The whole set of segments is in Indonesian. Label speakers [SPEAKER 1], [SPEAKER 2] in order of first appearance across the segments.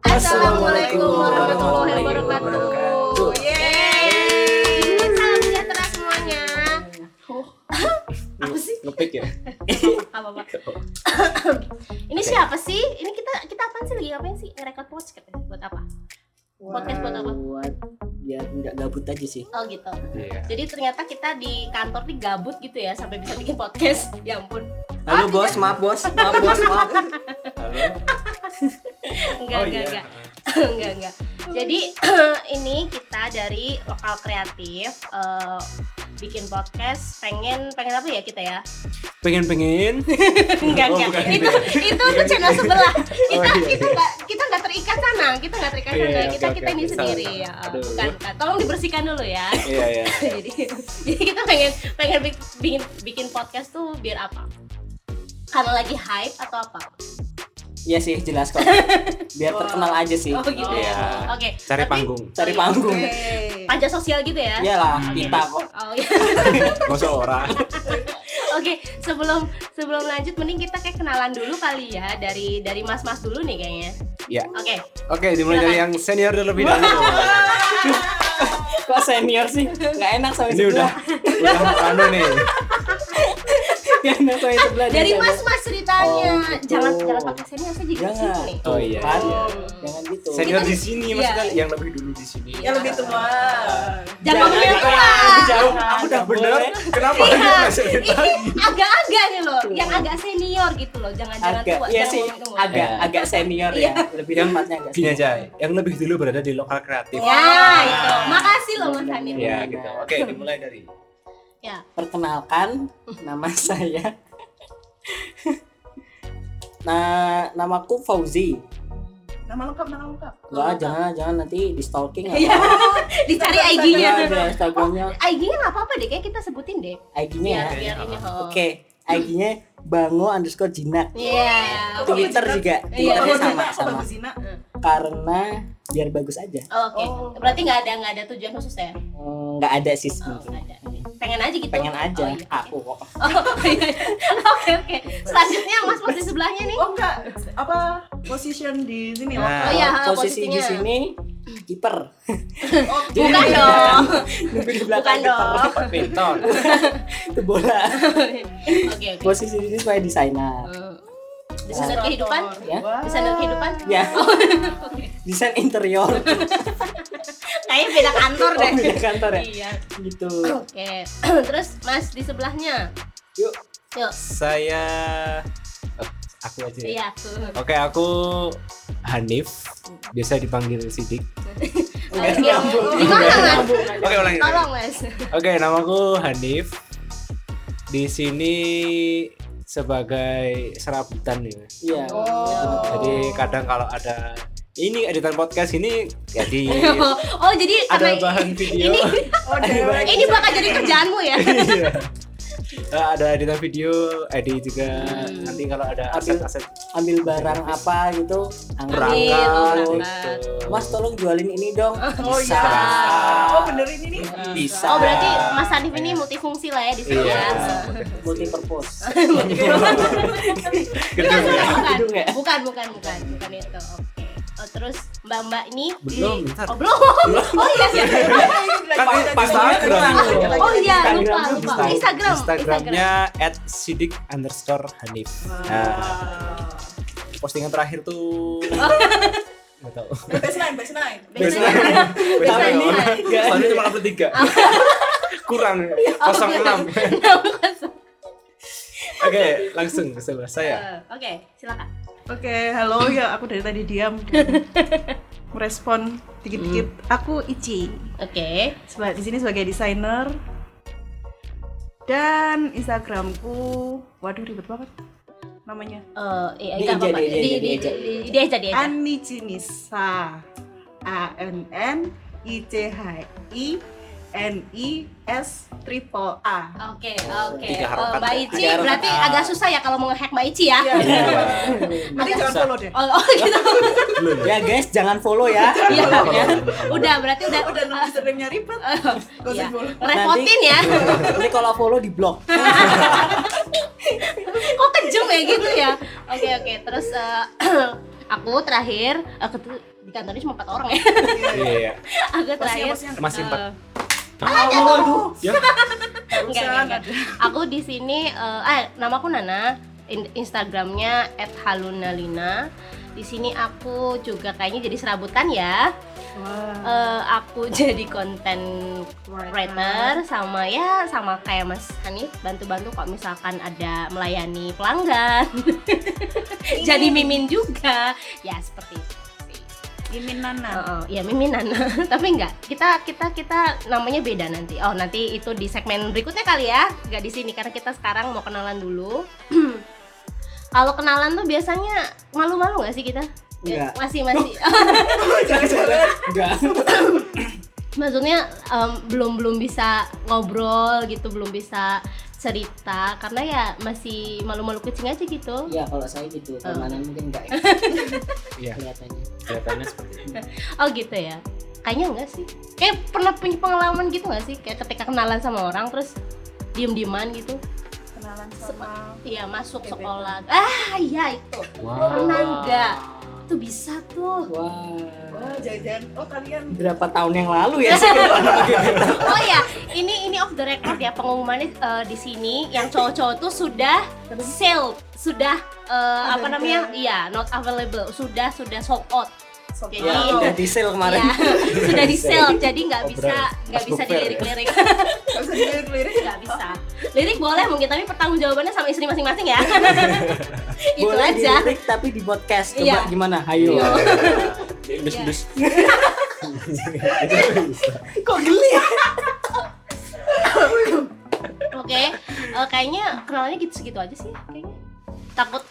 [SPEAKER 1] Assalamualaikum warahmatullahi
[SPEAKER 2] wabarakatuh.
[SPEAKER 1] Yeay. Salam sejahtera semuanya. Apa sih?
[SPEAKER 2] Ngepick ya?
[SPEAKER 1] Apa apa? Ini siapa sih? Ini kita kita apaan sih lagi ngapain sih? Ngerekod podcast buat apa? Podcast buat apa?
[SPEAKER 3] buat biar nggak gabut aja sih
[SPEAKER 1] Oh gitu.
[SPEAKER 2] Iya.
[SPEAKER 1] Jadi ternyata kita di kantor nih gabut gitu ya sampai bisa bikin podcast. Ya ampun.
[SPEAKER 3] halo bos maaf bos Ah, maaf bos maaf
[SPEAKER 2] Halo. Oh,
[SPEAKER 1] Enggak, enggak,
[SPEAKER 2] iya.
[SPEAKER 1] enggak. enggak enggak jadi ini kita dari lokal kreatif eh, bikin podcast pengen pengen apa ya kita ya
[SPEAKER 2] Pengen pengen.
[SPEAKER 1] enggak
[SPEAKER 2] Oh,
[SPEAKER 1] enggak
[SPEAKER 2] bukan
[SPEAKER 1] itu itu tuh channel sebelah kita
[SPEAKER 2] iya,
[SPEAKER 1] kita enggak kita enggak terikat sana kita enggak terikat
[SPEAKER 2] Iya,
[SPEAKER 1] sana
[SPEAKER 2] iya,
[SPEAKER 1] kita
[SPEAKER 2] oke,
[SPEAKER 1] kita
[SPEAKER 2] oke,
[SPEAKER 1] ini
[SPEAKER 2] oke.
[SPEAKER 1] sendiri
[SPEAKER 2] Salah,
[SPEAKER 1] ya
[SPEAKER 2] salah. Aduh.
[SPEAKER 1] bukan bukan tolong dibersihkan dulu ya
[SPEAKER 2] Iya iya.
[SPEAKER 1] jadi jadi kita pengen pengen bi- bikin bikin podcast tuh biar apa karena lagi hype atau apa
[SPEAKER 3] ya sih jelas kok biar
[SPEAKER 1] Wah.
[SPEAKER 3] terkenal aja sih
[SPEAKER 1] oh gitu
[SPEAKER 2] Iya.
[SPEAKER 1] ya oke tapi-
[SPEAKER 2] Cari panggung.
[SPEAKER 3] cari panggung
[SPEAKER 1] pajak sosial gitu ya
[SPEAKER 2] Iya,
[SPEAKER 3] iyalah kita kok
[SPEAKER 1] oh iya
[SPEAKER 2] Masa orang.
[SPEAKER 1] Oke, sebelum sebelum lanjut mending kita kayak kenalan dulu kali ya dari dari mas-mas dulu nih kayaknya.
[SPEAKER 2] Iya.
[SPEAKER 1] Oke.
[SPEAKER 2] Oke, dimulai dari yang senior terlebih dahulu.
[SPEAKER 3] kok senior sih nggak enak sama
[SPEAKER 2] Ini udah
[SPEAKER 3] sebelah
[SPEAKER 2] udah
[SPEAKER 3] Iya.
[SPEAKER 2] anu nih.
[SPEAKER 3] nggak enak sama sebelah
[SPEAKER 1] Ah, Dari
[SPEAKER 3] jangan.
[SPEAKER 1] mas-mas ceritanya.
[SPEAKER 3] Oh, gitu.
[SPEAKER 1] Jangan jangan pakai senior saya juga
[SPEAKER 3] jangan
[SPEAKER 1] sini.
[SPEAKER 3] Tuh,
[SPEAKER 2] Oh, iya,
[SPEAKER 3] kan?
[SPEAKER 2] iya.
[SPEAKER 3] jangan gitu
[SPEAKER 2] Senior di sini maksudnya
[SPEAKER 1] Iya.
[SPEAKER 2] yang lebih dulu di sini.
[SPEAKER 1] Yang lebih
[SPEAKER 2] tua.
[SPEAKER 1] Jangan ngomongnya
[SPEAKER 3] Jangan, gitu.
[SPEAKER 1] tua.
[SPEAKER 3] jauh
[SPEAKER 2] Aku udah bener. Kenapa?
[SPEAKER 1] Iya.
[SPEAKER 2] Masih-
[SPEAKER 1] Ini agak-agak nih loh, yang agak senior gitu loh, jangan-jangan
[SPEAKER 3] agak
[SPEAKER 1] tua.
[SPEAKER 3] ya
[SPEAKER 1] jangan
[SPEAKER 3] sih
[SPEAKER 1] ngomongin tua. gitu.
[SPEAKER 3] agak
[SPEAKER 2] Iya.
[SPEAKER 3] agak senior ya lebih
[SPEAKER 2] Yang
[SPEAKER 3] tepatnya agak
[SPEAKER 2] Gini
[SPEAKER 3] senior.
[SPEAKER 2] aja, yang lebih dulu berada di lokal kreatif.
[SPEAKER 3] Iya.
[SPEAKER 1] Ya, itu. Makasih loh Mas Hanif.
[SPEAKER 2] Iya, gitu. Oke, dimulai dari
[SPEAKER 1] Ya.
[SPEAKER 3] perkenalkan nama saya nah namaku Fauzi
[SPEAKER 4] Nama lengkap, nama lengkap.
[SPEAKER 1] Oh,
[SPEAKER 3] Enggak, jangan jangan nanti di stalking
[SPEAKER 1] Iya. Dicari IG-nya.
[SPEAKER 3] Iya, ada Instagramnya,
[SPEAKER 1] IG-nya nggak apa-apa deh, kayak kita sebutin deh.
[SPEAKER 3] IG-nya ya.
[SPEAKER 1] Biar biar ini. oh.
[SPEAKER 3] Oke, IG-nya Bango underscore jinak.
[SPEAKER 1] Iya.
[SPEAKER 3] Twitter juga,
[SPEAKER 1] Iya,
[SPEAKER 3] Twitternya
[SPEAKER 1] Bango
[SPEAKER 3] sama
[SPEAKER 4] Zina,
[SPEAKER 3] sama.
[SPEAKER 4] Bagus Zina.
[SPEAKER 3] Karena biar bagus aja.
[SPEAKER 1] Oh, Oke. Berarti nggak ada nggak ada tujuan khusus ya?
[SPEAKER 3] Hmm, Nggak ada sih
[SPEAKER 1] Oh, nggak ada.
[SPEAKER 3] sebenarnya.
[SPEAKER 1] Pengen aja gitu.
[SPEAKER 3] Pengen aja
[SPEAKER 1] Oh, iya.
[SPEAKER 3] aku kok.
[SPEAKER 1] Oh, iya. Oke oke. Selanjutnya Mas posisi sebelahnya nih.
[SPEAKER 4] Oh enggak, apa position di sini
[SPEAKER 2] Nah.
[SPEAKER 4] lokal.
[SPEAKER 1] Oh, iya,
[SPEAKER 3] posisi
[SPEAKER 1] posisinya.
[SPEAKER 3] di sini kiper.
[SPEAKER 4] Oh,
[SPEAKER 3] Jadi
[SPEAKER 1] Bukan dong.
[SPEAKER 3] di belakang- nunggu di
[SPEAKER 1] Bukan
[SPEAKER 3] belakang kiper.
[SPEAKER 1] dong.
[SPEAKER 2] Pintor.
[SPEAKER 3] Itu bola.
[SPEAKER 1] Oke oke.
[SPEAKER 3] Posisi di sini sebagai desainer.
[SPEAKER 1] Eh, Desainer kehidupan.
[SPEAKER 3] Ya.
[SPEAKER 4] Wah.
[SPEAKER 1] Desainer kehidupan.
[SPEAKER 3] Ya.
[SPEAKER 1] iya.
[SPEAKER 3] Desain interior.
[SPEAKER 1] Kayaknya beda kantor
[SPEAKER 3] Oh,
[SPEAKER 1] deh.
[SPEAKER 3] beda kantor ya.
[SPEAKER 1] Iya.
[SPEAKER 3] Gitu.
[SPEAKER 1] Oke. Terus Mas di sebelahnya.
[SPEAKER 3] Yuk.
[SPEAKER 1] Yuk.
[SPEAKER 2] Saya eh, aku aja. ya?
[SPEAKER 1] Iya aku.
[SPEAKER 2] Oke, aku Hanif. Biasa dipanggil Sidik.
[SPEAKER 3] Enggak
[SPEAKER 1] Oke.
[SPEAKER 3] nyambung.
[SPEAKER 1] Di mana Mas?
[SPEAKER 2] Oke, ulangi. ulangi.
[SPEAKER 1] Tolong Mas.
[SPEAKER 2] Oke, namaku Hanif. Di sini sebagai serabutan ya.
[SPEAKER 3] Iya.
[SPEAKER 4] Oh.
[SPEAKER 2] Jadi kadang kalau ada ini editan podcast ini jadi
[SPEAKER 1] Oh jadi
[SPEAKER 2] Iya. ada
[SPEAKER 1] karena
[SPEAKER 2] bahan video.
[SPEAKER 1] ini-
[SPEAKER 4] Oh,
[SPEAKER 3] Ada
[SPEAKER 1] ini bakal jadi kerjaanmu ya.
[SPEAKER 2] Iya. Eh, ada editan video, edit juga.
[SPEAKER 1] Hmm.
[SPEAKER 2] Nanti kalau ada
[SPEAKER 3] Ambil-
[SPEAKER 2] aset-aset
[SPEAKER 3] ambil barang apa gitu anggrek
[SPEAKER 1] Ambil,
[SPEAKER 2] perangkat
[SPEAKER 1] oh, perangkat.
[SPEAKER 2] gitu.
[SPEAKER 3] mas tolong jualin ini dong
[SPEAKER 4] Oh iya. Oh bener ini nih.
[SPEAKER 3] bisa
[SPEAKER 1] Oh berarti Mas Hanif ini multifungsi lah ya di sini
[SPEAKER 2] Iya.
[SPEAKER 1] ya.
[SPEAKER 3] multi purpose
[SPEAKER 2] Gedung ya?
[SPEAKER 3] Gedung ya?
[SPEAKER 1] bukan, bukan, bukan, bukan, bukan itu. Oke. Oh, terus Mbak Mbak ini
[SPEAKER 2] Belum,
[SPEAKER 1] di...
[SPEAKER 2] bentar.
[SPEAKER 1] Oh belum. oh iya iya.
[SPEAKER 2] Kan ini pas Instagram.
[SPEAKER 1] Oh iya lupa
[SPEAKER 3] Instagram
[SPEAKER 1] lupa. Instagram.
[SPEAKER 2] Instagramnya at sidik underscore hanif nah, postingan terakhir tuh nggak tahu
[SPEAKER 4] Baseline, baseline.
[SPEAKER 1] Biasanya.
[SPEAKER 3] Tapi
[SPEAKER 2] Biasanya
[SPEAKER 3] ini
[SPEAKER 2] orang.
[SPEAKER 3] nggak ada.
[SPEAKER 2] Soalnya cuma dapet tiga kurang kosong enam oke langsung ke sebelah saya
[SPEAKER 1] Oke silakan.
[SPEAKER 4] Oke, halo ya aku dari tadi diam. Merespon dikit-dikit. Aku Ici.
[SPEAKER 1] Oke.
[SPEAKER 4] Seba- Di sini sebagai desainer. Dan Instagramku, waduh ribet banget namanya.
[SPEAKER 1] Eh iya
[SPEAKER 3] Di
[SPEAKER 1] nggak
[SPEAKER 3] aja,
[SPEAKER 1] apa-apa.
[SPEAKER 3] di
[SPEAKER 1] Di
[SPEAKER 3] aja,
[SPEAKER 1] di
[SPEAKER 3] di
[SPEAKER 1] di
[SPEAKER 3] aja.
[SPEAKER 1] di- di aja di aja.
[SPEAKER 4] Ani Cinisa A N N I C H I N I S triple A.
[SPEAKER 1] Oke oke.
[SPEAKER 2] Tiga
[SPEAKER 1] Eh,
[SPEAKER 2] harapan.
[SPEAKER 1] Mbak Ici
[SPEAKER 3] Tiga harapan.
[SPEAKER 1] berarti agak susah ya kalau mau ngehack Mbak Ici ya.
[SPEAKER 4] Iya. Nanti
[SPEAKER 2] Agak
[SPEAKER 4] jangan
[SPEAKER 2] susah.
[SPEAKER 4] follow deh.
[SPEAKER 1] Oh, oh gitu.
[SPEAKER 2] Belum.
[SPEAKER 3] ya guys jangan follow ya
[SPEAKER 1] Iya.
[SPEAKER 3] Ya.
[SPEAKER 1] Udah berarti udah
[SPEAKER 4] Udah nunggu Instagramnya ribet. Gak usah
[SPEAKER 1] Iya.
[SPEAKER 4] follow.
[SPEAKER 1] Repotin ya.
[SPEAKER 3] nanti kalau follow di blog
[SPEAKER 1] kok kejam ya gitu ya oke oke terus eh, Aku terakhir eh, ketu- di kantor ini cuma empat orang ya.
[SPEAKER 2] Iya, iya.
[SPEAKER 1] Aku terakhir
[SPEAKER 2] Masih empat.
[SPEAKER 1] eh,
[SPEAKER 4] Aduh,
[SPEAKER 2] Ya.
[SPEAKER 1] Enggak, enggak, enggak. Aku di sini, eh ah, nama aku Nana, In- Instagramnya @halunalina. Di sini aku juga kayaknya jadi serabutan ya. Eh, aku jadi konten writer sama ya sama kayak Mas Hanif bantu-bantu kok misalkan ada melayani pelanggan. jadi mimin juga. Ya seperti itu. sih.
[SPEAKER 4] Mimin Nana.
[SPEAKER 1] Heeh, ya mimin Nana, tapi enggak. Kita kita kita namanya beda nanti. Oh, nanti itu di segmen berikutnya kali ya. Enggak di sini karena kita sekarang mau kenalan dulu. Kalau kenalan tuh biasanya malu-malu nggak sih kita? Ya,
[SPEAKER 3] Iya.
[SPEAKER 2] Enggak.
[SPEAKER 1] Masih masih.
[SPEAKER 4] Oh,
[SPEAKER 2] Enggak.
[SPEAKER 1] Maksudnya em, belum belum bisa ngobrol gitu, belum bisa cerita karena ya masih malu-malu kucing aja gitu.
[SPEAKER 3] Iya kalau saya gitu,
[SPEAKER 4] Oh.
[SPEAKER 3] permanen mungkin enggak ya
[SPEAKER 2] Iya,
[SPEAKER 3] kelihatannya.
[SPEAKER 2] kelihatannya seperti itu.
[SPEAKER 1] Oh gitu ya. Kayaknya enggak sih. Kayak pernah punya pengalaman gitu nggak sih? Kayak ketika kenalan sama orang terus diem-dieman gitu.
[SPEAKER 4] Kenalan sama
[SPEAKER 1] Iya masuk
[SPEAKER 4] Gebetan.
[SPEAKER 1] sekolah. Ah iya itu.
[SPEAKER 2] Wah.
[SPEAKER 1] Pernah enggak? Itu bisa tuh.
[SPEAKER 3] Wah.
[SPEAKER 4] Oh, jajan. Oh, kalian
[SPEAKER 3] Berapa tahun yang lalu ya? sih?
[SPEAKER 1] Oh ya, ini ini off the record ya pengumumannya eh, di sini yang cowok-cowok tuh sudah sale, sudah eh, apa
[SPEAKER 4] Available.
[SPEAKER 1] namanya? Iya, not available. Sudah sudah sold out.
[SPEAKER 4] sob
[SPEAKER 1] Jadi-
[SPEAKER 2] Ya, udah di
[SPEAKER 3] Iya,
[SPEAKER 2] sale kemarin.
[SPEAKER 1] Ya, sudah di sale. Jadi nggak
[SPEAKER 2] Oh,
[SPEAKER 1] bisa
[SPEAKER 2] berat.
[SPEAKER 1] nggak
[SPEAKER 2] Pas
[SPEAKER 1] bisa
[SPEAKER 2] book fair ya.
[SPEAKER 1] dilirik-lirik.
[SPEAKER 4] Gak usah dilirik-lirik.
[SPEAKER 1] Nggak bisa. Lirik boleh mungkin tapi pertanggung jawabannya sama istri masing-masing ya. Itu
[SPEAKER 3] Boleh
[SPEAKER 1] aja.
[SPEAKER 3] dilirik, tapi di podcast coba
[SPEAKER 1] Iya.
[SPEAKER 3] gimana? Ayo.
[SPEAKER 2] Dus-dus.
[SPEAKER 3] Kok geli?
[SPEAKER 1] Oke, eh, kayaknya kenalannya gitu segitu aja sih kayaknya. Takut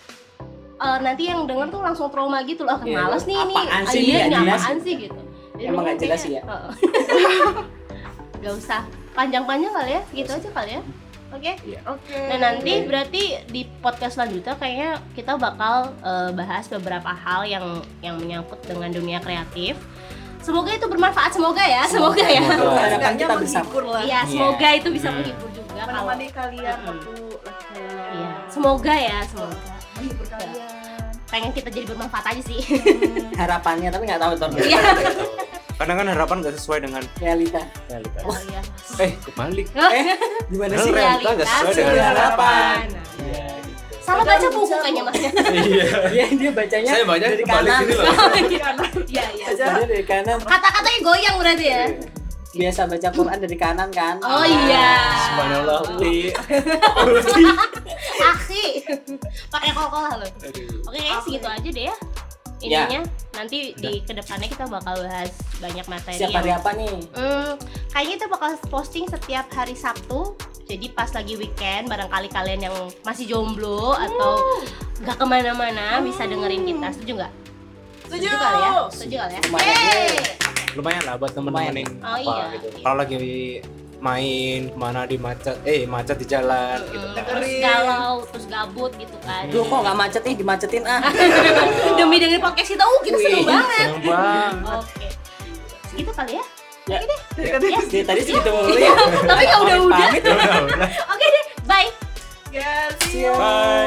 [SPEAKER 1] eh, nanti yang denger tuh langsung trauma gitu loh, kan
[SPEAKER 3] Iya,
[SPEAKER 1] males nih ini.
[SPEAKER 3] apaan sih
[SPEAKER 1] Ah,
[SPEAKER 3] ini
[SPEAKER 1] iya,
[SPEAKER 3] nggak
[SPEAKER 1] ini
[SPEAKER 3] jelas?
[SPEAKER 1] apaan sih gitu. Jadi
[SPEAKER 3] Emang nggak
[SPEAKER 1] mungkin
[SPEAKER 3] jelas
[SPEAKER 1] kayaknya-
[SPEAKER 3] ya?
[SPEAKER 1] Heeh. Nggak usah panjang-panjang kali ya, gitu aja kali ya. Oke.
[SPEAKER 4] Oke.
[SPEAKER 1] Nah nanti berarti di podcast selanjutnya kayaknya kita bakal eh, bahas beberapa hal yang yang menyangkut dengan dunia kreatif. Semoga itu bermanfaat, semoga ya, semoga, ya.
[SPEAKER 2] Semoga.
[SPEAKER 3] Harapkan
[SPEAKER 4] Setidaknya
[SPEAKER 3] kita bisa.
[SPEAKER 4] menghibur lah.
[SPEAKER 1] Iya, semoga itu bisa
[SPEAKER 2] Hmm.
[SPEAKER 1] menghibur juga Iya, kalau
[SPEAKER 4] Menemani kalian
[SPEAKER 1] Mm-mm.
[SPEAKER 4] waktu lagi.
[SPEAKER 1] Iya, semoga ya, semoga.
[SPEAKER 4] Menghibur kalian.
[SPEAKER 1] Pengen kita jadi bermanfaat aja sih.
[SPEAKER 3] Harapannya tapi nggak tahu tahun
[SPEAKER 1] Iya.
[SPEAKER 2] Kadang kan harapan gak sesuai dengan
[SPEAKER 3] realita.
[SPEAKER 2] realita.
[SPEAKER 1] Oh, iya.
[SPEAKER 2] Eh, kebalik.
[SPEAKER 3] Gimana
[SPEAKER 2] Padahal
[SPEAKER 3] sih?
[SPEAKER 1] Real.
[SPEAKER 2] realita gak sesuai dengan
[SPEAKER 3] Realitas.
[SPEAKER 2] harapan.
[SPEAKER 3] Iya.
[SPEAKER 1] Salah baca buku kayaknya Mas.
[SPEAKER 2] Iya.
[SPEAKER 3] Dia dia bacanya
[SPEAKER 1] Ya,
[SPEAKER 2] Saya banyak
[SPEAKER 3] dari
[SPEAKER 2] kebalik
[SPEAKER 3] kanan.
[SPEAKER 2] gini loh.
[SPEAKER 1] Iya, iya.
[SPEAKER 3] Bacanya dari kanan.
[SPEAKER 1] Kata-katanya goyang berarti ya.
[SPEAKER 3] Biasa baca Quran dari kanan kan?
[SPEAKER 1] Oh iya.
[SPEAKER 2] Subhanallah. Li.
[SPEAKER 1] Akhi. Pakai kol-kolah loh.
[SPEAKER 2] Aduh.
[SPEAKER 1] Oke, kayaknya segitu aja deh ya.
[SPEAKER 3] Ya.
[SPEAKER 1] Ininya nanti di kedepannya kita bakal bahas banyak materi
[SPEAKER 3] Siapa hari
[SPEAKER 1] yang
[SPEAKER 3] apa nih?
[SPEAKER 1] Hmm, kayaknya kita bakal posting setiap hari Sabtu. Jadi pas lagi weekend, barangkali kalian yang masih jomblo atau
[SPEAKER 3] Hmm.
[SPEAKER 1] nggak kemana-mana bisa dengerin kita. Setuju nggak?
[SPEAKER 4] Setuju.
[SPEAKER 1] kali ya? Setuju kali ya?
[SPEAKER 3] Lumayan.
[SPEAKER 1] Yeay!
[SPEAKER 2] lumayan lah buat temen-temen yang
[SPEAKER 3] Lumayan.
[SPEAKER 1] Oh,
[SPEAKER 2] apa
[SPEAKER 1] iya,
[SPEAKER 2] gitu.
[SPEAKER 1] iya.
[SPEAKER 2] Kalau lagi main kemana di macet, eh macet di jalan gitu.
[SPEAKER 1] Mm,
[SPEAKER 2] kan.
[SPEAKER 1] Terus galau, terus gabut gitu kan.
[SPEAKER 3] Duh kok nggak macet nih dimacetin ah.
[SPEAKER 1] Demi dengerin podcast kita, uh kita seru
[SPEAKER 3] Wih.
[SPEAKER 1] banget.
[SPEAKER 2] Seneng banget.
[SPEAKER 1] Oke. Segitu kali ya? Iya.
[SPEAKER 3] Ya, dari tadi segitu mulu ya.
[SPEAKER 1] Tapi nggak udah-udah.
[SPEAKER 3] Pamit.
[SPEAKER 1] Oke deh, bye.
[SPEAKER 4] Yes.
[SPEAKER 3] See you. Iya.
[SPEAKER 2] Bye.